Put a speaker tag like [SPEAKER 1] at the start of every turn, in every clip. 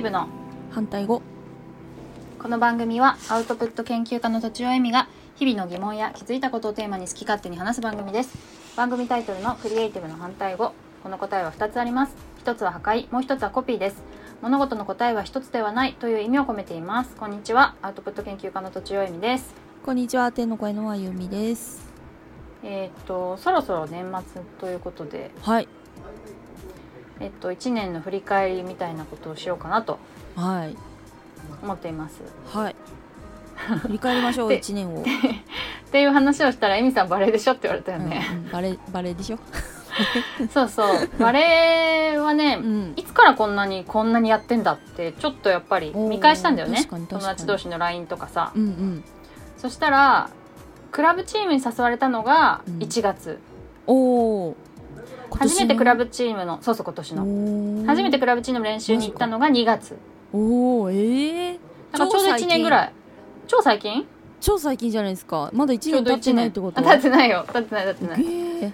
[SPEAKER 1] 部の
[SPEAKER 2] 反対語
[SPEAKER 1] この番組はアウトプット研究家のとちおえみが日々の疑問や気づいたことをテーマに好き勝手に話す番組です番組タイトルのクリエイティブの反対語この答えは2つあります1つは破壊もう1つはコピーです物事の答えは1つではないという意味を込めていますこんにちはアウトプット研究家のとちおえみです
[SPEAKER 2] こんにちは天の声のあゆみです
[SPEAKER 1] えーっとそろそろ年末ということで
[SPEAKER 2] はい
[SPEAKER 1] えっと1年の振り返りみたいなことをしようかなと
[SPEAKER 2] はい
[SPEAKER 1] 思っています
[SPEAKER 2] はい振り返りま しょう
[SPEAKER 1] で
[SPEAKER 2] 一年を、
[SPEAKER 1] っていう話をしたらえみさんバレーでしょって言われたよ
[SPEAKER 2] うん
[SPEAKER 1] ね、
[SPEAKER 2] うんバレバレでしょ
[SPEAKER 1] そうそうバレーはね、
[SPEAKER 2] うん
[SPEAKER 1] いつからこんなにこんなにやってんだってちょっとやっぱり
[SPEAKER 2] おー
[SPEAKER 1] 見返したんだよね
[SPEAKER 2] 確かに
[SPEAKER 1] 友
[SPEAKER 2] 確かに
[SPEAKER 1] 達同士の LINE とかさ
[SPEAKER 2] うんうん
[SPEAKER 1] そしたらクラブチームに誘われたのが
[SPEAKER 2] うん
[SPEAKER 1] 1月、
[SPEAKER 2] おお
[SPEAKER 1] 初めてクラブチームのそうそう今年の初めてクラブチームの練習に行ったのが2月
[SPEAKER 2] おおええー、
[SPEAKER 1] だからちょうど1年ぐらい超最近
[SPEAKER 2] 超最近じゃないですかまだ一
[SPEAKER 1] ちょうど
[SPEAKER 2] 年経って
[SPEAKER 1] 1
[SPEAKER 2] ないっ
[SPEAKER 1] 年
[SPEAKER 2] てこと
[SPEAKER 1] あ経ってないよ経ってない経ってない
[SPEAKER 2] えー、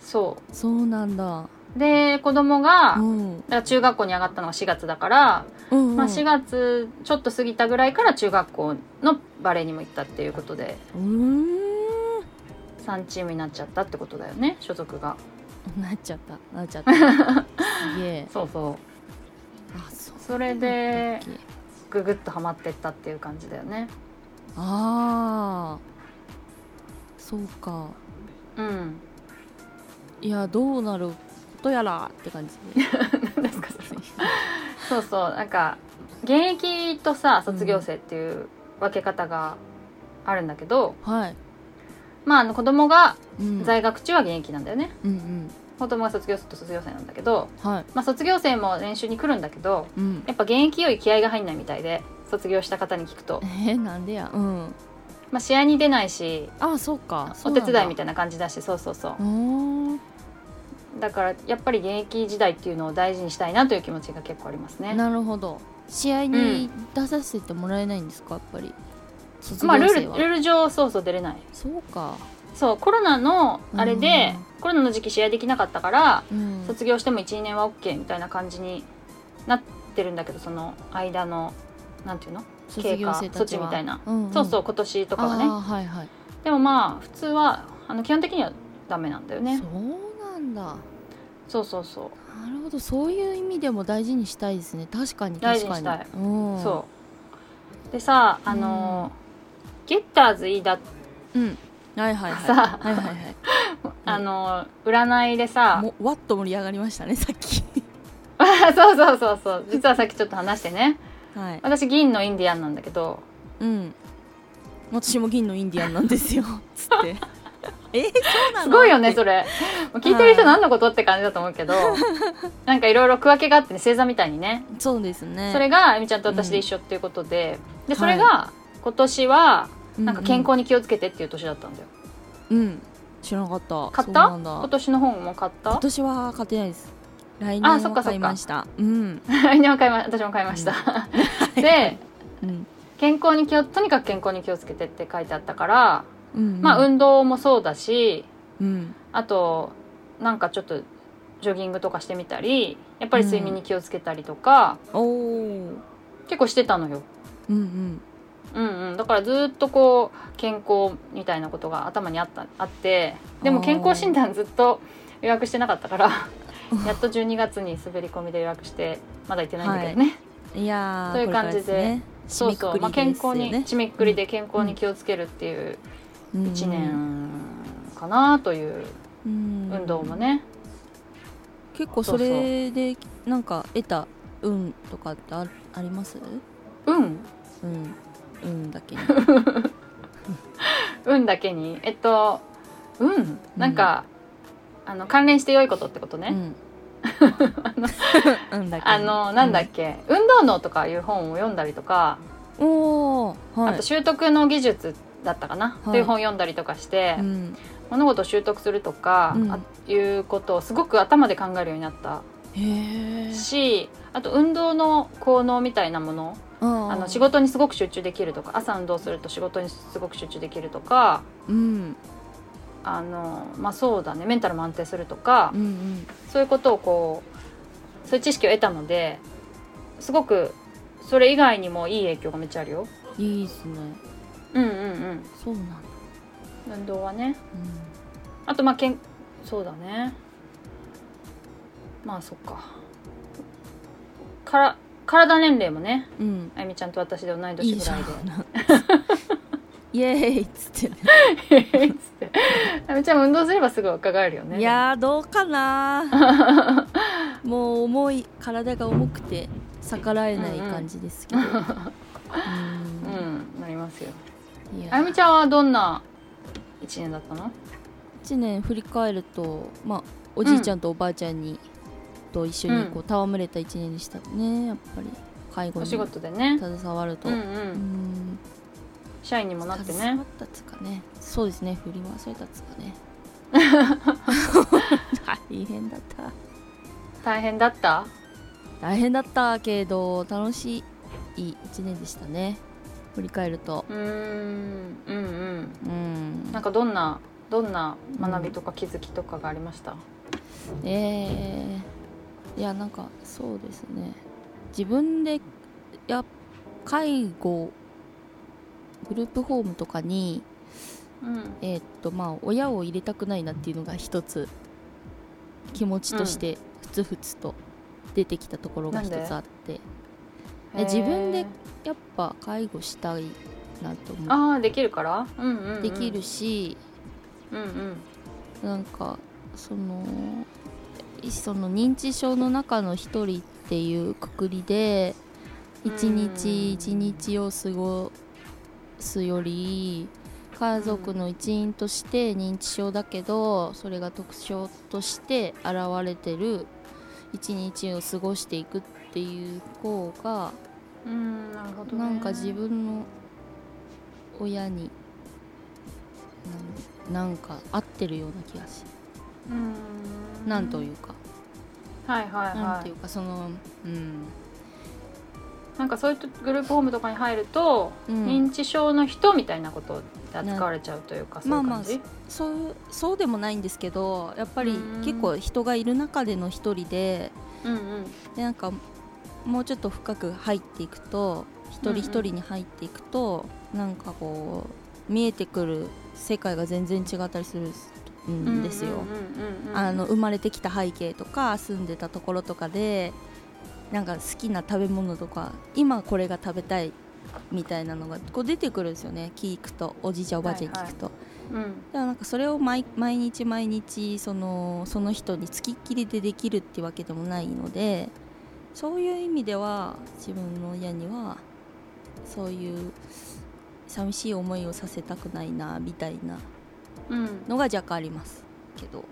[SPEAKER 1] そ
[SPEAKER 2] そうなんだ
[SPEAKER 1] うで子供が、だ
[SPEAKER 2] うん、
[SPEAKER 1] から中学校に上がったのが4月だから、
[SPEAKER 2] うんうん
[SPEAKER 1] まあ、4月ちょっと過ぎたぐらいから中学校のバレーにも行ったっていうことで
[SPEAKER 2] うーん
[SPEAKER 1] 3チームになっちゃったってことだよね所属が
[SPEAKER 2] なっちゃったなっ ちゃったすげえ
[SPEAKER 1] そうそ
[SPEAKER 2] あそう
[SPEAKER 1] うそれでググッとハマってったっていう感じだよね
[SPEAKER 2] ああそうか
[SPEAKER 1] うん
[SPEAKER 2] いやどうなることやらって感じ で
[SPEAKER 1] 何ですかそれそうそうなんか現役とさ卒業生っていう分け方があるんだけど、
[SPEAKER 2] はい、
[SPEAKER 1] まああの子供が
[SPEAKER 2] うん、
[SPEAKER 1] 在学中は現役なんだよね、
[SPEAKER 2] うんうん
[SPEAKER 1] 子供が卒業すると卒業生なんだけど、
[SPEAKER 2] はい
[SPEAKER 1] まあ、卒業生も練習に来るんだけど
[SPEAKER 2] うん
[SPEAKER 1] やっぱ現役より気合が入んないみたいで卒業した方に聞くと
[SPEAKER 2] え、ー、なんでやうん
[SPEAKER 1] まあ、試合に出ないし
[SPEAKER 2] あそうか
[SPEAKER 1] お手伝いみたい
[SPEAKER 2] い
[SPEAKER 1] な感じだしそうそうそう
[SPEAKER 2] なお
[SPEAKER 1] だからやっぱり現役時代っていうのを大事にしたいなという気持ちが結構ありますね。
[SPEAKER 2] なるほど試合に出させてもらえないんですかやっぱり卒業
[SPEAKER 1] まあ
[SPEAKER 2] 生
[SPEAKER 1] ル
[SPEAKER 2] は、
[SPEAKER 1] ールルール上そうそう出れない
[SPEAKER 2] そうか、
[SPEAKER 1] そうコロナのあれでコロナの時期試合できなかったから
[SPEAKER 2] うん、
[SPEAKER 1] 卒業しても12年は OK みたいな感じになってるんだけどその間のなんていうの
[SPEAKER 2] 卒業生
[SPEAKER 1] 経
[SPEAKER 2] たち
[SPEAKER 1] 過措置
[SPEAKER 2] は
[SPEAKER 1] みたいな
[SPEAKER 2] うんうん
[SPEAKER 1] そうそう今年とかは
[SPEAKER 2] あ
[SPEAKER 1] ね
[SPEAKER 2] ーはいはい、
[SPEAKER 1] でもまあ普通はあの基本的にはダメなんだよね
[SPEAKER 2] そうなんだ
[SPEAKER 1] そうそうそ
[SPEAKER 2] なるほどそういう意味でも大事にしたいですね確かに
[SPEAKER 1] 大
[SPEAKER 2] 確
[SPEAKER 1] 事に
[SPEAKER 2] かに
[SPEAKER 1] したい
[SPEAKER 2] うん
[SPEAKER 1] うそうでさあのゲッターズ飯田
[SPEAKER 2] うんはいはいはい
[SPEAKER 1] さ
[SPEAKER 2] はいはいはい
[SPEAKER 1] あの占いで さ
[SPEAKER 2] もうわっと盛り上がりましたねさっき
[SPEAKER 1] あそうそうそうそう実はさっきちょっと話してね
[SPEAKER 2] はい
[SPEAKER 1] 私銀のインディアンなんだけど
[SPEAKER 2] うん私も銀のインディアンな んですよつってえそうなの
[SPEAKER 1] すごいよねそ れもう聞いてる人何のことって感じだと思うけどなんかいろいろ区分けがあってね星座みたいにね
[SPEAKER 2] そうですね
[SPEAKER 1] それがあゆみちゃんと私で一緒っていうことででそれが今年はなんか健康に気をつけてっていう年だったんだよ
[SPEAKER 2] うん、うん知らなかった
[SPEAKER 1] 買っ
[SPEAKER 2] そ
[SPEAKER 1] た
[SPEAKER 2] うなんだ
[SPEAKER 1] 今年の本も買っ
[SPEAKER 2] 今
[SPEAKER 1] た
[SPEAKER 2] 年は買ってないです来
[SPEAKER 1] あそっ
[SPEAKER 2] 年
[SPEAKER 1] かそ
[SPEAKER 2] は
[SPEAKER 1] っか
[SPEAKER 2] 買いました うん
[SPEAKER 1] 来年は買いま私も買いました、 で
[SPEAKER 2] うん
[SPEAKER 1] 健康に気をとにかく健康に気をつけてって書いてあったから、
[SPEAKER 2] うん
[SPEAKER 1] まあ運動もそうだし
[SPEAKER 2] うん
[SPEAKER 1] あとなんかちょっとジョギングとかしてみたりやっぱり睡眠に気をつけたりとか、
[SPEAKER 2] おおー
[SPEAKER 1] 結構してたのよ。
[SPEAKER 2] うんうん
[SPEAKER 1] うんうん、だからずっとこう健康みたいなことが頭にあったあってでも健康診断ずっと予約してなかった からやっと12月に滑り込みで予約してまだ行ってないんだけどね、
[SPEAKER 2] いやー
[SPEAKER 1] という感じで
[SPEAKER 2] これからね
[SPEAKER 1] そうそう、まあ、
[SPEAKER 2] 締め
[SPEAKER 1] 健
[SPEAKER 2] くく
[SPEAKER 1] 康
[SPEAKER 2] り
[SPEAKER 1] に
[SPEAKER 2] です
[SPEAKER 1] ちめっくりで健康に気をつけるっていう
[SPEAKER 2] よね
[SPEAKER 1] 1年かなという
[SPEAKER 2] うん
[SPEAKER 1] 運動もね、
[SPEAKER 2] 結構それでなんか得た運とかってああります
[SPEAKER 1] うん
[SPEAKER 2] うん運だ けに
[SPEAKER 1] 運だけにえっとうんなんか、あの関連して良いことってことね、
[SPEAKER 2] うん運だけに
[SPEAKER 1] あのなんだっけ、運動能とかいう本を読んだりとか、
[SPEAKER 2] うんおおは
[SPEAKER 1] あ
[SPEAKER 2] い
[SPEAKER 1] と習得の技術だったかな、
[SPEAKER 2] はい
[SPEAKER 1] という本を読んだりとかして、
[SPEAKER 2] うん
[SPEAKER 1] 物事を習得するとか、
[SPEAKER 2] うん
[SPEAKER 1] あいうことをすごく頭で考えるようになった
[SPEAKER 2] へえ
[SPEAKER 1] しあと運動の効能みたいなもの
[SPEAKER 2] あ
[SPEAKER 1] あの仕
[SPEAKER 2] 事
[SPEAKER 1] 事にすごく集中できるとか朝運動すると仕事にすごく集中できるとか
[SPEAKER 2] うん
[SPEAKER 1] あの、まあ、そうだねメンタルも安定するとか
[SPEAKER 2] うんうん
[SPEAKER 1] そういうことをこうそういう知識を得たのですごくそれ以外にもいい影響がめっちゃあるよ
[SPEAKER 2] いいですね
[SPEAKER 1] うんうんうん
[SPEAKER 2] そうなんだ、
[SPEAKER 1] 運動はね
[SPEAKER 2] うん
[SPEAKER 1] あとまあけんそうだねまあそっかから体年齢もね
[SPEAKER 2] うん、
[SPEAKER 1] あゆみちゃんと私で同い
[SPEAKER 2] い
[SPEAKER 1] 年
[SPEAKER 2] い
[SPEAKER 1] ぐ
[SPEAKER 2] じ
[SPEAKER 1] ら
[SPEAKER 2] ゃ
[SPEAKER 1] い
[SPEAKER 2] ん
[SPEAKER 1] で
[SPEAKER 2] イエーイっつってね
[SPEAKER 1] へへへっつってあゆみちゃんも運動すればすぐ若返るよね
[SPEAKER 2] いやーどうかな もう重い体が重くて逆らえない感じですけど、うん
[SPEAKER 1] でもうんなりますよ
[SPEAKER 2] いや
[SPEAKER 1] あゆみちゃんはどんな1年だったの
[SPEAKER 2] 1年振り返ると、まあ、おじいちゃんとおばあちゃんに、と一緒にこう戯れた1年でしたねやっぱり介護
[SPEAKER 1] お
[SPEAKER 2] に
[SPEAKER 1] 仕事でね
[SPEAKER 2] 携わると、
[SPEAKER 1] うんう
[SPEAKER 2] うんん
[SPEAKER 1] 社員にもなって
[SPEAKER 2] 携わ
[SPEAKER 1] ね
[SPEAKER 2] ったっつうかねそうですね振り回されたっつうかね 大変だった
[SPEAKER 1] 大変だった
[SPEAKER 2] 大変だったけど楽しい1年でしたね振り返ると
[SPEAKER 1] うーんうんうん
[SPEAKER 2] うん
[SPEAKER 1] なんかどんなどんな学びとか気づきとかがありました、
[SPEAKER 2] えーいやなんかそうですね自分でや介護グループホームとかに
[SPEAKER 1] うん
[SPEAKER 2] えーっとまあ親を入れたくないなっていうのが一つ気持ちとしてふつふつと出てきたところが一つあって、え自分で
[SPEAKER 1] へー
[SPEAKER 2] やっぱ介護したいなと思っ
[SPEAKER 1] ああできるから、うんうんうん、
[SPEAKER 2] てできるし、
[SPEAKER 1] うんうん
[SPEAKER 2] なんかそのいその認知症の中の一人っていうくくりで一
[SPEAKER 1] うん
[SPEAKER 2] 日一日を過ごすより家族の一員として認知症だけどそれが特徴として現れてる一日を過ごしていくっていう方が
[SPEAKER 1] うんなるほど、ね、
[SPEAKER 2] なんか自分の親になんなんか合ってるような気がし
[SPEAKER 1] うん
[SPEAKER 2] なんというか、
[SPEAKER 1] はいはいはい
[SPEAKER 2] な
[SPEAKER 1] なんん
[SPEAKER 2] ていうかそのうん
[SPEAKER 1] かそういうグループホームとかに入ると、
[SPEAKER 2] うん
[SPEAKER 1] 認知症の人みたいなことで扱われちゃうというかそう
[SPEAKER 2] ま
[SPEAKER 1] い
[SPEAKER 2] あ
[SPEAKER 1] う
[SPEAKER 2] まあ
[SPEAKER 1] 感じ、
[SPEAKER 2] そうそうでもないんですけどやっぱり
[SPEAKER 1] うん
[SPEAKER 2] 結構人がいる中での一人で
[SPEAKER 1] うんうん
[SPEAKER 2] でなんかもうちょっと深く入っていくと一人一人に入っていくと、なんかこう見えてくる世界が全然違ったりするんです
[SPEAKER 1] う
[SPEAKER 2] よ。
[SPEAKER 1] んうんうんうん
[SPEAKER 2] あの生まれてきた背景とか住んでたところとかでなんか好きな食べ物とか今これが食べたいみたいなのがこう出てくるんですよね聞くとおじいちゃんおばあちゃんに聞くと、
[SPEAKER 1] うん
[SPEAKER 2] だからなんかそれを毎毎日毎日そのその人につきっきりでできるってわけでもないのでそういう意味では自分の親にはそういう寂しい思いをさせたくないなみたいな
[SPEAKER 1] うん
[SPEAKER 2] のが若干ありますけど、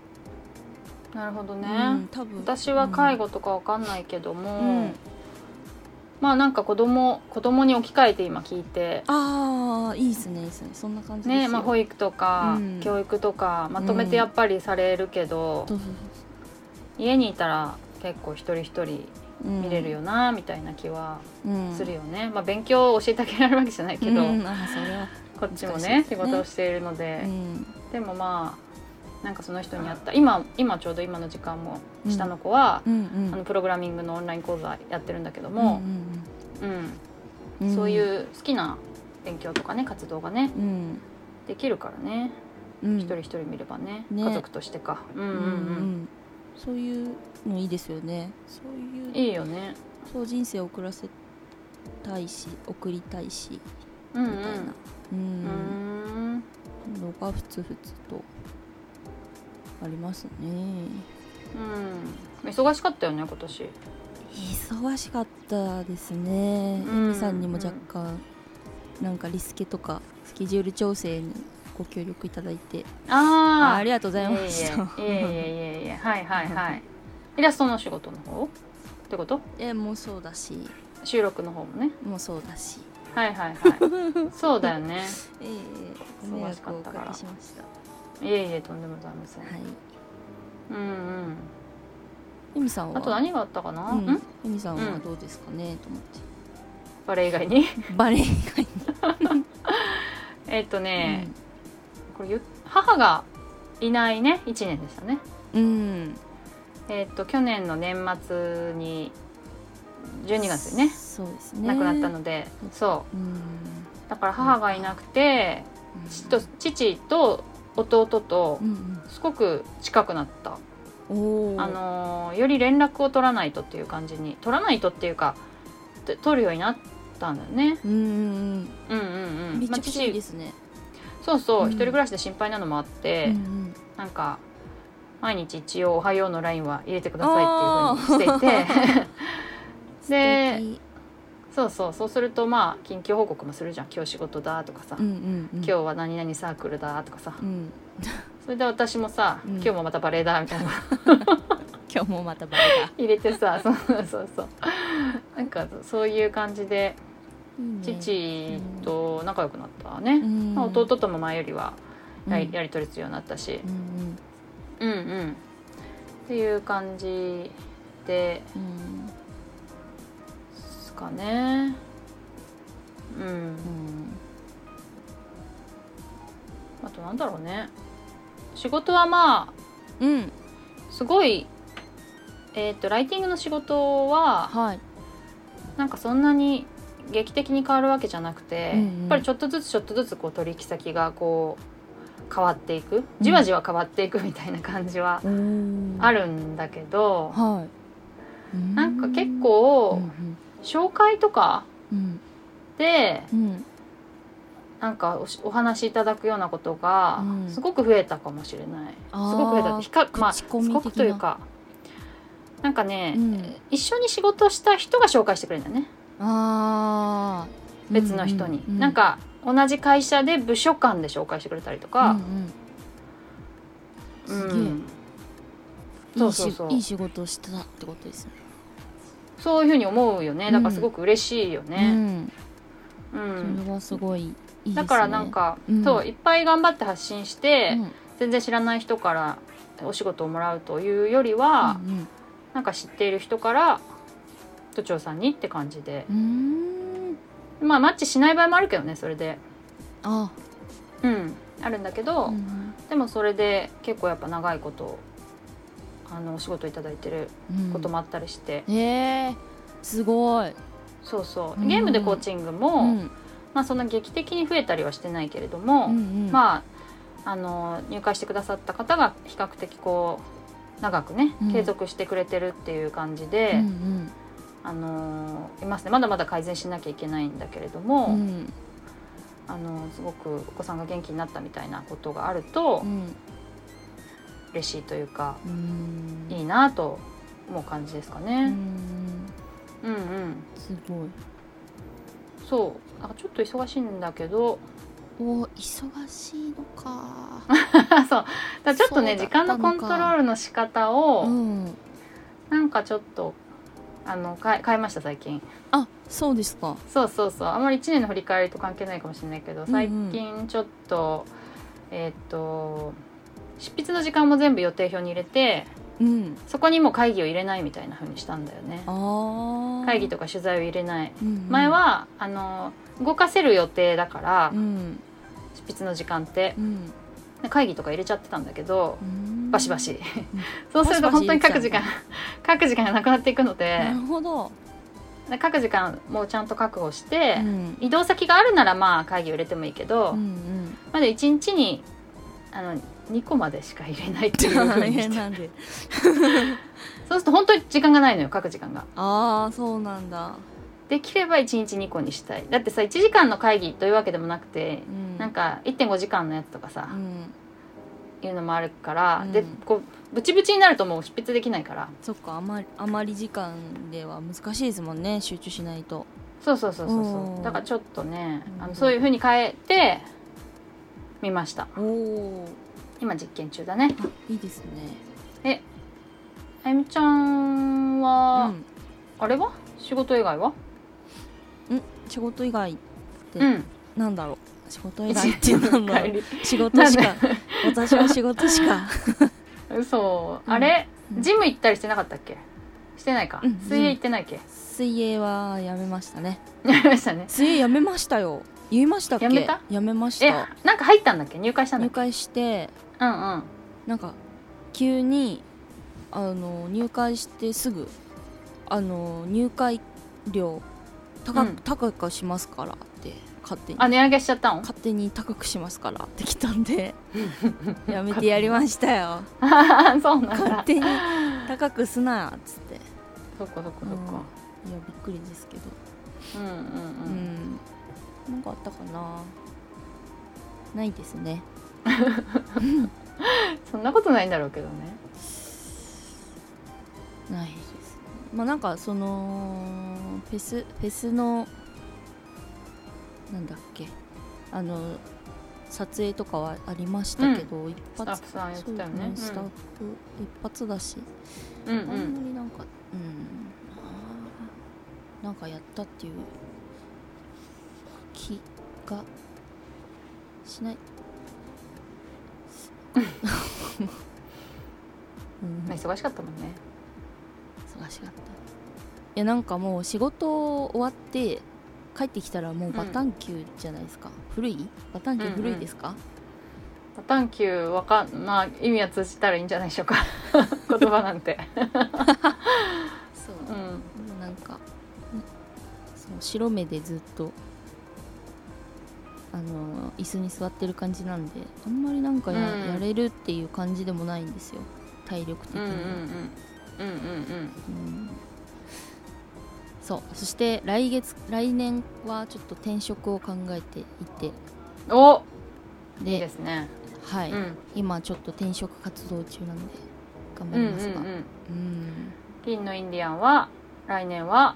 [SPEAKER 1] なるほどね、
[SPEAKER 2] うん、多分
[SPEAKER 1] 私は介護とかわかんないけども、
[SPEAKER 2] うん
[SPEAKER 1] まあなんか子供子供に置き換えて今聞いて
[SPEAKER 2] ああいいですねいいですねそんな感じですよ
[SPEAKER 1] ねまあ、保育とか、
[SPEAKER 2] うん
[SPEAKER 1] 教育とかまとめてやっぱりされるけど、
[SPEAKER 2] そうそう
[SPEAKER 1] 家にいたら結構一人一人
[SPEAKER 2] そううん
[SPEAKER 1] 見れるよなみたいな気は
[SPEAKER 2] うん
[SPEAKER 1] するよね、まあ、勉強を教えてあげられるわけじゃないけど、
[SPEAKER 2] うんあーそれは
[SPEAKER 1] こっちも
[SPEAKER 2] 難しい
[SPEAKER 1] ね
[SPEAKER 2] です
[SPEAKER 1] 仕
[SPEAKER 2] ね
[SPEAKER 1] 事をしているので
[SPEAKER 2] う、ん
[SPEAKER 1] でもまあなんかその人にあった今今ちょうど今の時間も
[SPEAKER 2] うん
[SPEAKER 1] 下の子は、
[SPEAKER 2] うんうん
[SPEAKER 1] あのプログラミングのオンライン講座やってるんだけど
[SPEAKER 2] うん
[SPEAKER 1] も、うん
[SPEAKER 2] うんん
[SPEAKER 1] そういう好きな勉強とかね活動がね
[SPEAKER 2] うん
[SPEAKER 1] できるからね、
[SPEAKER 2] うん
[SPEAKER 1] 一人一人見ればね
[SPEAKER 2] ね
[SPEAKER 1] 家族としてか、うんう
[SPEAKER 2] うんんう
[SPEAKER 1] うん
[SPEAKER 2] んそういうのいいですよねそういう
[SPEAKER 1] いいよね。
[SPEAKER 2] そう人生を送らせたいし送りたいし
[SPEAKER 1] うん
[SPEAKER 2] みたいなう
[SPEAKER 1] うんん。
[SPEAKER 2] のがふつふつとありますね
[SPEAKER 1] うん。忙しかったよね今年。
[SPEAKER 2] 忙しかったですね、
[SPEAKER 1] うん
[SPEAKER 2] エミさんにも若干、なんかリスケとかスケジュール調整にご協力いただいてあ
[SPEAKER 1] ああ。
[SPEAKER 2] り
[SPEAKER 1] り
[SPEAKER 2] がとうございました
[SPEAKER 1] いえいえいえいえいえはいはいはい。イラストの仕事の方ってこと？
[SPEAKER 2] えもうそうだし
[SPEAKER 1] 収録の方もね。
[SPEAKER 2] もうそうだし
[SPEAKER 1] はいはいはい。 そうだよね。
[SPEAKER 2] ええご迷
[SPEAKER 1] 忙しか
[SPEAKER 2] 惑を
[SPEAKER 1] った
[SPEAKER 2] お
[SPEAKER 1] から
[SPEAKER 2] かけしました
[SPEAKER 1] いえいえとんでもございません。
[SPEAKER 2] はい
[SPEAKER 1] うんうん。
[SPEAKER 2] エミさんは
[SPEAKER 1] あと何があったかな？
[SPEAKER 2] うん
[SPEAKER 1] ん、
[SPEAKER 2] エミさん
[SPEAKER 1] う
[SPEAKER 2] は
[SPEAKER 1] ん
[SPEAKER 2] どうですかね、と思って
[SPEAKER 1] バレエ以外に。
[SPEAKER 2] バ レエ以外に、
[SPEAKER 1] えっとね、これ言っ母がいないね一年でしたね。
[SPEAKER 2] うん、うん
[SPEAKER 1] えっと去年の年末に12月にね
[SPEAKER 2] そうですね
[SPEAKER 1] 亡くなったので、そ
[SPEAKER 2] う
[SPEAKER 1] う
[SPEAKER 2] ん
[SPEAKER 1] だから母がいなくて、父と父と弟と
[SPEAKER 2] うん
[SPEAKER 1] すごく近くなった、
[SPEAKER 2] うんおー
[SPEAKER 1] あのーより連絡を取らないとっていう感じに取らないとっていうかと取るようになったんだよね
[SPEAKER 2] うんう
[SPEAKER 1] うん
[SPEAKER 2] ん
[SPEAKER 1] う
[SPEAKER 2] うん
[SPEAKER 1] うんん
[SPEAKER 2] めっち
[SPEAKER 1] ま
[SPEAKER 2] ゃ
[SPEAKER 1] あ
[SPEAKER 2] くちゃいいで
[SPEAKER 1] 父
[SPEAKER 2] すね、
[SPEAKER 1] そうそう、
[SPEAKER 2] うん
[SPEAKER 1] 一人暮らしで心配なのもあって、
[SPEAKER 2] うんうん
[SPEAKER 1] なんか毎日一応「おはよう」のラインは入れてくださいっていうふうにしてい てで
[SPEAKER 2] 素敵
[SPEAKER 1] そうそうそうするとまあ緊急報告もするじゃん今日仕事だとかさ、
[SPEAKER 2] うんうんうん、
[SPEAKER 1] 今日は何々サークルだとかさ、
[SPEAKER 2] うん、
[SPEAKER 1] それで私もさ、
[SPEAKER 2] うん
[SPEAKER 1] 今日もまたバレエだみたいなの
[SPEAKER 2] 今日もまたバレが
[SPEAKER 1] 入れてさそうそうそうなんかそういう感じで
[SPEAKER 2] いいね
[SPEAKER 1] 父と仲良くなったね、
[SPEAKER 2] うん
[SPEAKER 1] まあ弟とも前よりはやり,、
[SPEAKER 2] うん
[SPEAKER 1] やり取りするようになったし
[SPEAKER 2] う、ん
[SPEAKER 1] うん、うんっていう感じで
[SPEAKER 2] うんうん
[SPEAKER 1] すかねうん
[SPEAKER 2] うん
[SPEAKER 1] あとなんだろうね仕事はまあ
[SPEAKER 2] うん
[SPEAKER 1] すごいえっ、とライティングの仕事は
[SPEAKER 2] はい
[SPEAKER 1] なんかそんなに劇的に変わるわけじゃなくて、
[SPEAKER 2] うんうん
[SPEAKER 1] やっぱりちょっとずつちょっとずつこう取引先がこう変わっていくじわじわ変わっていくみたいな感じはあ
[SPEAKER 2] る
[SPEAKER 1] るんだけど、
[SPEAKER 2] はい
[SPEAKER 1] なんか結
[SPEAKER 2] う
[SPEAKER 1] 構
[SPEAKER 2] ん
[SPEAKER 1] 紹介とか
[SPEAKER 2] うん
[SPEAKER 1] で
[SPEAKER 2] うん
[SPEAKER 1] なんかおしお話しいただくようなことが
[SPEAKER 2] うん
[SPEAKER 1] すごく増えたかもしれない、
[SPEAKER 2] あー
[SPEAKER 1] すごく増えたってひか、まあ、
[SPEAKER 2] 口
[SPEAKER 1] す
[SPEAKER 2] コミ的な
[SPEAKER 1] ごくというかなんかね、
[SPEAKER 2] うん
[SPEAKER 1] 一緒に仕事した人が紹介してくれるんだよね
[SPEAKER 2] あー
[SPEAKER 1] 別の人に、
[SPEAKER 2] うう
[SPEAKER 1] なんか同じ会社で部署間で紹介してくれたりと
[SPEAKER 2] う
[SPEAKER 1] か
[SPEAKER 2] ん、うん
[SPEAKER 1] うん
[SPEAKER 2] すげえ
[SPEAKER 1] そうそうそう
[SPEAKER 2] いい仕いい仕事をしたってことですね
[SPEAKER 1] そういうふうに思うよねだからすごく嬉しいよね、うん
[SPEAKER 2] うん、それはすごいいいですね
[SPEAKER 1] だからなんか、
[SPEAKER 2] うん
[SPEAKER 1] そういっぱい頑張って発信して、
[SPEAKER 2] うん
[SPEAKER 1] 全然知らない人からお仕事をもらうというよりは、
[SPEAKER 2] うん
[SPEAKER 1] なんか知っている人から都庁さんにって感じで
[SPEAKER 2] う、んうーん
[SPEAKER 1] まあマッチしない場合もあるけどねそれで
[SPEAKER 2] あ
[SPEAKER 1] うんあるんだけど、
[SPEAKER 2] うん
[SPEAKER 1] でもそれで結構やっぱ長いことあのお仕事いただいてる
[SPEAKER 2] うん
[SPEAKER 1] こともあったりして、
[SPEAKER 2] えー、すごい
[SPEAKER 1] そうそう
[SPEAKER 2] うん
[SPEAKER 1] ゲームでコーチングも、
[SPEAKER 2] うん
[SPEAKER 1] まあ、そんな劇的に増えたりはしてないけれども、
[SPEAKER 2] うんうん
[SPEAKER 1] まああの入会してくださった方が比較的こう長くね
[SPEAKER 2] うん
[SPEAKER 1] 継続してくれてるっていう感じで、
[SPEAKER 2] うん
[SPEAKER 1] あのいますねまだまだ改善しなきゃいけないんだけれど
[SPEAKER 2] う
[SPEAKER 1] も、
[SPEAKER 2] んうん
[SPEAKER 1] あのすごくお子さんが元気になったみたいなことがあると
[SPEAKER 2] うん
[SPEAKER 1] 嬉しいというか、
[SPEAKER 2] うん
[SPEAKER 1] いいなと思う感じですか
[SPEAKER 2] う
[SPEAKER 1] ね。う
[SPEAKER 2] ん
[SPEAKER 1] ん、うん
[SPEAKER 2] すごい
[SPEAKER 1] そうなんかちょっと忙しいんだけ ど
[SPEAKER 2] お忙しいのか
[SPEAKER 1] そうだからちょっとね
[SPEAKER 2] そ
[SPEAKER 1] 時
[SPEAKER 2] うだった
[SPEAKER 1] 間
[SPEAKER 2] のか
[SPEAKER 1] のコントロールの仕方を、
[SPEAKER 2] うん
[SPEAKER 1] なんかちょっとあの変え変えました最近
[SPEAKER 2] あそうですか
[SPEAKER 1] そうそうそうあんまり1年の振り返りと関係ないかもしれないけど最近ちょっと、えーっと執筆の時間も全部予定表に入れて
[SPEAKER 2] うん
[SPEAKER 1] そこにもう会議を入れないみたいな風にしたんだよね
[SPEAKER 2] ああ
[SPEAKER 1] 会議とか取材を入れない
[SPEAKER 2] うんうん
[SPEAKER 1] 前はあの動かせる予定だから、
[SPEAKER 2] うん
[SPEAKER 1] 執筆の時間って
[SPEAKER 2] うん
[SPEAKER 1] 会議とか入れちゃってたんだけど
[SPEAKER 2] うん
[SPEAKER 1] バシバシ そうすると本当に各時間
[SPEAKER 2] バシ
[SPEAKER 1] 各時間がなくなっていくので
[SPEAKER 2] なるほど
[SPEAKER 1] 各時間もうちゃんと確保して
[SPEAKER 2] う、ん
[SPEAKER 1] 移動先があるならまあ会議を入れてもいいけど、
[SPEAKER 2] うんうん
[SPEAKER 1] まだ1日にあの2個までしか入れない っていうふう
[SPEAKER 2] 大
[SPEAKER 1] にし
[SPEAKER 2] 変
[SPEAKER 1] て
[SPEAKER 2] なんで
[SPEAKER 1] そうすると本当に時間がないのよ書く時間が
[SPEAKER 2] ああそうなんだ
[SPEAKER 1] できれば1日2個にしたいだってさ1時間の会議というわけでもなくて
[SPEAKER 2] う、ん
[SPEAKER 1] なんか1.5時間のやつとかさ
[SPEAKER 2] う、ん
[SPEAKER 1] いうのもあるから、
[SPEAKER 2] うん
[SPEAKER 1] でこうブチブチになるともう執筆できないから
[SPEAKER 2] そっかあまりあまり時間では難しいですもんね集中しないと
[SPEAKER 1] そうそうそうそう
[SPEAKER 2] お
[SPEAKER 1] そ
[SPEAKER 2] ー
[SPEAKER 1] うだからちょっとねあ
[SPEAKER 2] う
[SPEAKER 1] の
[SPEAKER 2] ん
[SPEAKER 1] そういうふうに変えてみました
[SPEAKER 2] おお
[SPEAKER 1] 今実験中だね
[SPEAKER 2] いいですね
[SPEAKER 1] あゆみちゃんは、
[SPEAKER 2] うん
[SPEAKER 1] あれは仕事以外は
[SPEAKER 2] ん仕事以外って
[SPEAKER 1] うん
[SPEAKER 2] なんだろう 仕事以外っ
[SPEAKER 1] 一
[SPEAKER 2] て
[SPEAKER 1] 日
[SPEAKER 2] な
[SPEAKER 1] の
[SPEAKER 2] んだ
[SPEAKER 1] 帰
[SPEAKER 2] ろう
[SPEAKER 1] り
[SPEAKER 2] 仕事しか私は仕事しか
[SPEAKER 1] そう、
[SPEAKER 2] うん
[SPEAKER 1] あれ
[SPEAKER 2] うん
[SPEAKER 1] ジム行ったりしてなかったっけしてないか、
[SPEAKER 2] うん
[SPEAKER 1] 水泳行ってないっけ
[SPEAKER 2] 水泳はやめましたね
[SPEAKER 1] やりましたね
[SPEAKER 2] 水泳やめましたよ言いましたっけ
[SPEAKER 1] やめた
[SPEAKER 2] やめまし
[SPEAKER 1] え
[SPEAKER 2] た
[SPEAKER 1] なんか入ったんだっけ入会したんだ
[SPEAKER 2] 入
[SPEAKER 1] っけ
[SPEAKER 2] 会して
[SPEAKER 1] うんうん
[SPEAKER 2] なんか急にあの入会してすぐあの入会料高く,、
[SPEAKER 1] うん
[SPEAKER 2] 高くしますからって勝手に
[SPEAKER 1] あ値上げしちゃったの
[SPEAKER 2] 勝手に高くしますからって来たんでやめてやりましたよ
[SPEAKER 1] そうなん
[SPEAKER 2] 勝
[SPEAKER 1] だ
[SPEAKER 2] 手に高くすなっつっていや
[SPEAKER 1] そっかそっかそっか
[SPEAKER 2] びっくりですけど
[SPEAKER 1] うんうん
[SPEAKER 2] う
[SPEAKER 1] うん、
[SPEAKER 2] んなんかあったかなないですね
[SPEAKER 1] そんなことないんだろうけどね
[SPEAKER 2] ないですまあなんかそのフェスフェスのなんだっけあの撮影とかはありましたけど、一
[SPEAKER 1] スタッ
[SPEAKER 2] 発
[SPEAKER 1] フさん言ってたよ
[SPEAKER 2] そう
[SPEAKER 1] ね
[SPEAKER 2] スタッフ一発だし、
[SPEAKER 1] うんう
[SPEAKER 2] あんま
[SPEAKER 1] ん
[SPEAKER 2] りなんかうんあーなんかやったっていう気がしないうん
[SPEAKER 1] うん忙しかったもんね
[SPEAKER 2] 忙しかったいやなんかもう仕事終わって帰ってきたらもうバタンキューじゃないですか、古いバタンキュー古いですか、
[SPEAKER 1] パタンキューわかんまあ意味は通じたらいいんじゃないでしょう か言葉なんて
[SPEAKER 2] そ
[SPEAKER 1] う
[SPEAKER 2] う
[SPEAKER 1] ん
[SPEAKER 2] なんかその白目でずっとあの椅子に座ってる感じなんであんまりなんかや,、
[SPEAKER 1] うん
[SPEAKER 2] やれるっていう感じでもないんですよ体力的
[SPEAKER 1] うん
[SPEAKER 2] に、
[SPEAKER 1] うんうんうんうん
[SPEAKER 2] うんそうそして来月来年はちょっと転職を考えていて
[SPEAKER 1] うんお
[SPEAKER 2] で
[SPEAKER 1] いいですね
[SPEAKER 2] はい、
[SPEAKER 1] うん
[SPEAKER 2] 今ちょっと転職活動中なので頑張
[SPEAKER 1] うんうん
[SPEAKER 2] り
[SPEAKER 1] う
[SPEAKER 2] ますが
[SPEAKER 1] ん
[SPEAKER 2] うん
[SPEAKER 1] 銀のインディアンは来年は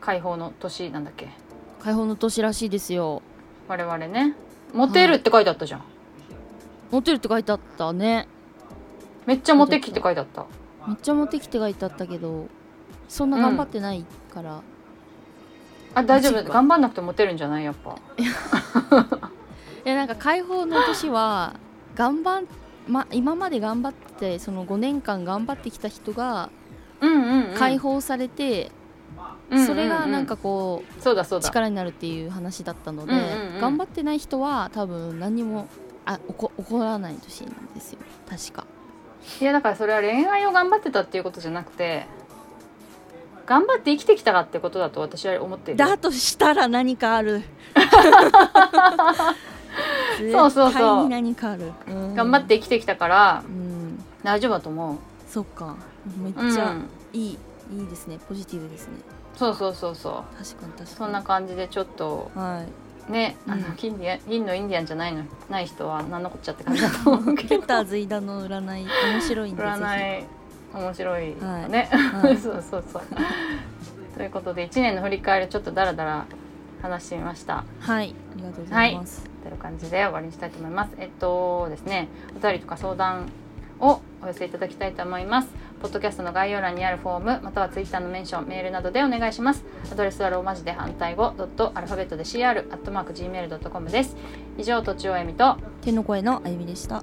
[SPEAKER 1] 解放の年なんだっけ
[SPEAKER 2] 解放の年らしいですよ
[SPEAKER 1] 我々ねモテるって書いてあったじゃん、
[SPEAKER 2] モテるって書いてあったね
[SPEAKER 1] めっちゃモテ期って書いてあった
[SPEAKER 2] めっちゃモテ期って書いてあったけどそんな頑張ってないから、
[SPEAKER 1] あ大丈
[SPEAKER 2] マ
[SPEAKER 1] 夫
[SPEAKER 2] ジか
[SPEAKER 1] 頑張んなくてモテるんじゃないやっぱ
[SPEAKER 2] えなんか解放の年 は頑張んま、今まで頑張ってその5年間頑張ってきた人が
[SPEAKER 1] うんうん、うん、
[SPEAKER 2] 解放されて、
[SPEAKER 1] うんうんうん
[SPEAKER 2] それがなんかこう
[SPEAKER 1] そうだそうだ
[SPEAKER 2] 力になるっていう話だったので、
[SPEAKER 1] うんうんうん
[SPEAKER 2] 頑張ってない人は多分何もあ起こ起こらない年なんですよ確か
[SPEAKER 1] いやだからそれは恋愛を頑張ってたっていうことじゃなくて頑張って生きてきたらってことだと私は思ってる
[SPEAKER 2] だとしたら何かある
[SPEAKER 1] そうそうそう
[SPEAKER 2] 絶対に何かある、うん
[SPEAKER 1] 頑張って生きてきたから
[SPEAKER 2] うん
[SPEAKER 1] 大丈夫だと思う
[SPEAKER 2] そっかめっ
[SPEAKER 1] うん
[SPEAKER 2] ちゃいい、いいですねポジティブですね
[SPEAKER 1] そうそうそうそう
[SPEAKER 2] 確かに確かに
[SPEAKER 1] そんな感じでちょっと
[SPEAKER 2] はい
[SPEAKER 1] ね、あ
[SPEAKER 2] う
[SPEAKER 1] の
[SPEAKER 2] ん
[SPEAKER 1] 銀で銀のインディアンじゃないのない人は何のこっちゃって感じだと思うけ
[SPEAKER 2] ケ
[SPEAKER 1] ど
[SPEAKER 2] ンターズイダの占い面白いんでぜひ
[SPEAKER 1] 占い面白いよね、
[SPEAKER 2] は い
[SPEAKER 1] そうそうそうということで1年の振り返りちょっとダラダラ話してみました
[SPEAKER 2] はいありがとうございます、
[SPEAKER 1] という感じで終わりにしたいと思います。えっとですね、お便りとか相談をお寄せいただきたいと思います。ポッドキャストの概要欄にあるフォーム、またはツイッターのメンション、メールなどでお願いします。アドレスはローマ字で反対語、ドットアルファベットで CR、アットマーク Gmail.com です。以上、とちおえみと、
[SPEAKER 2] 天の声のあゆみでした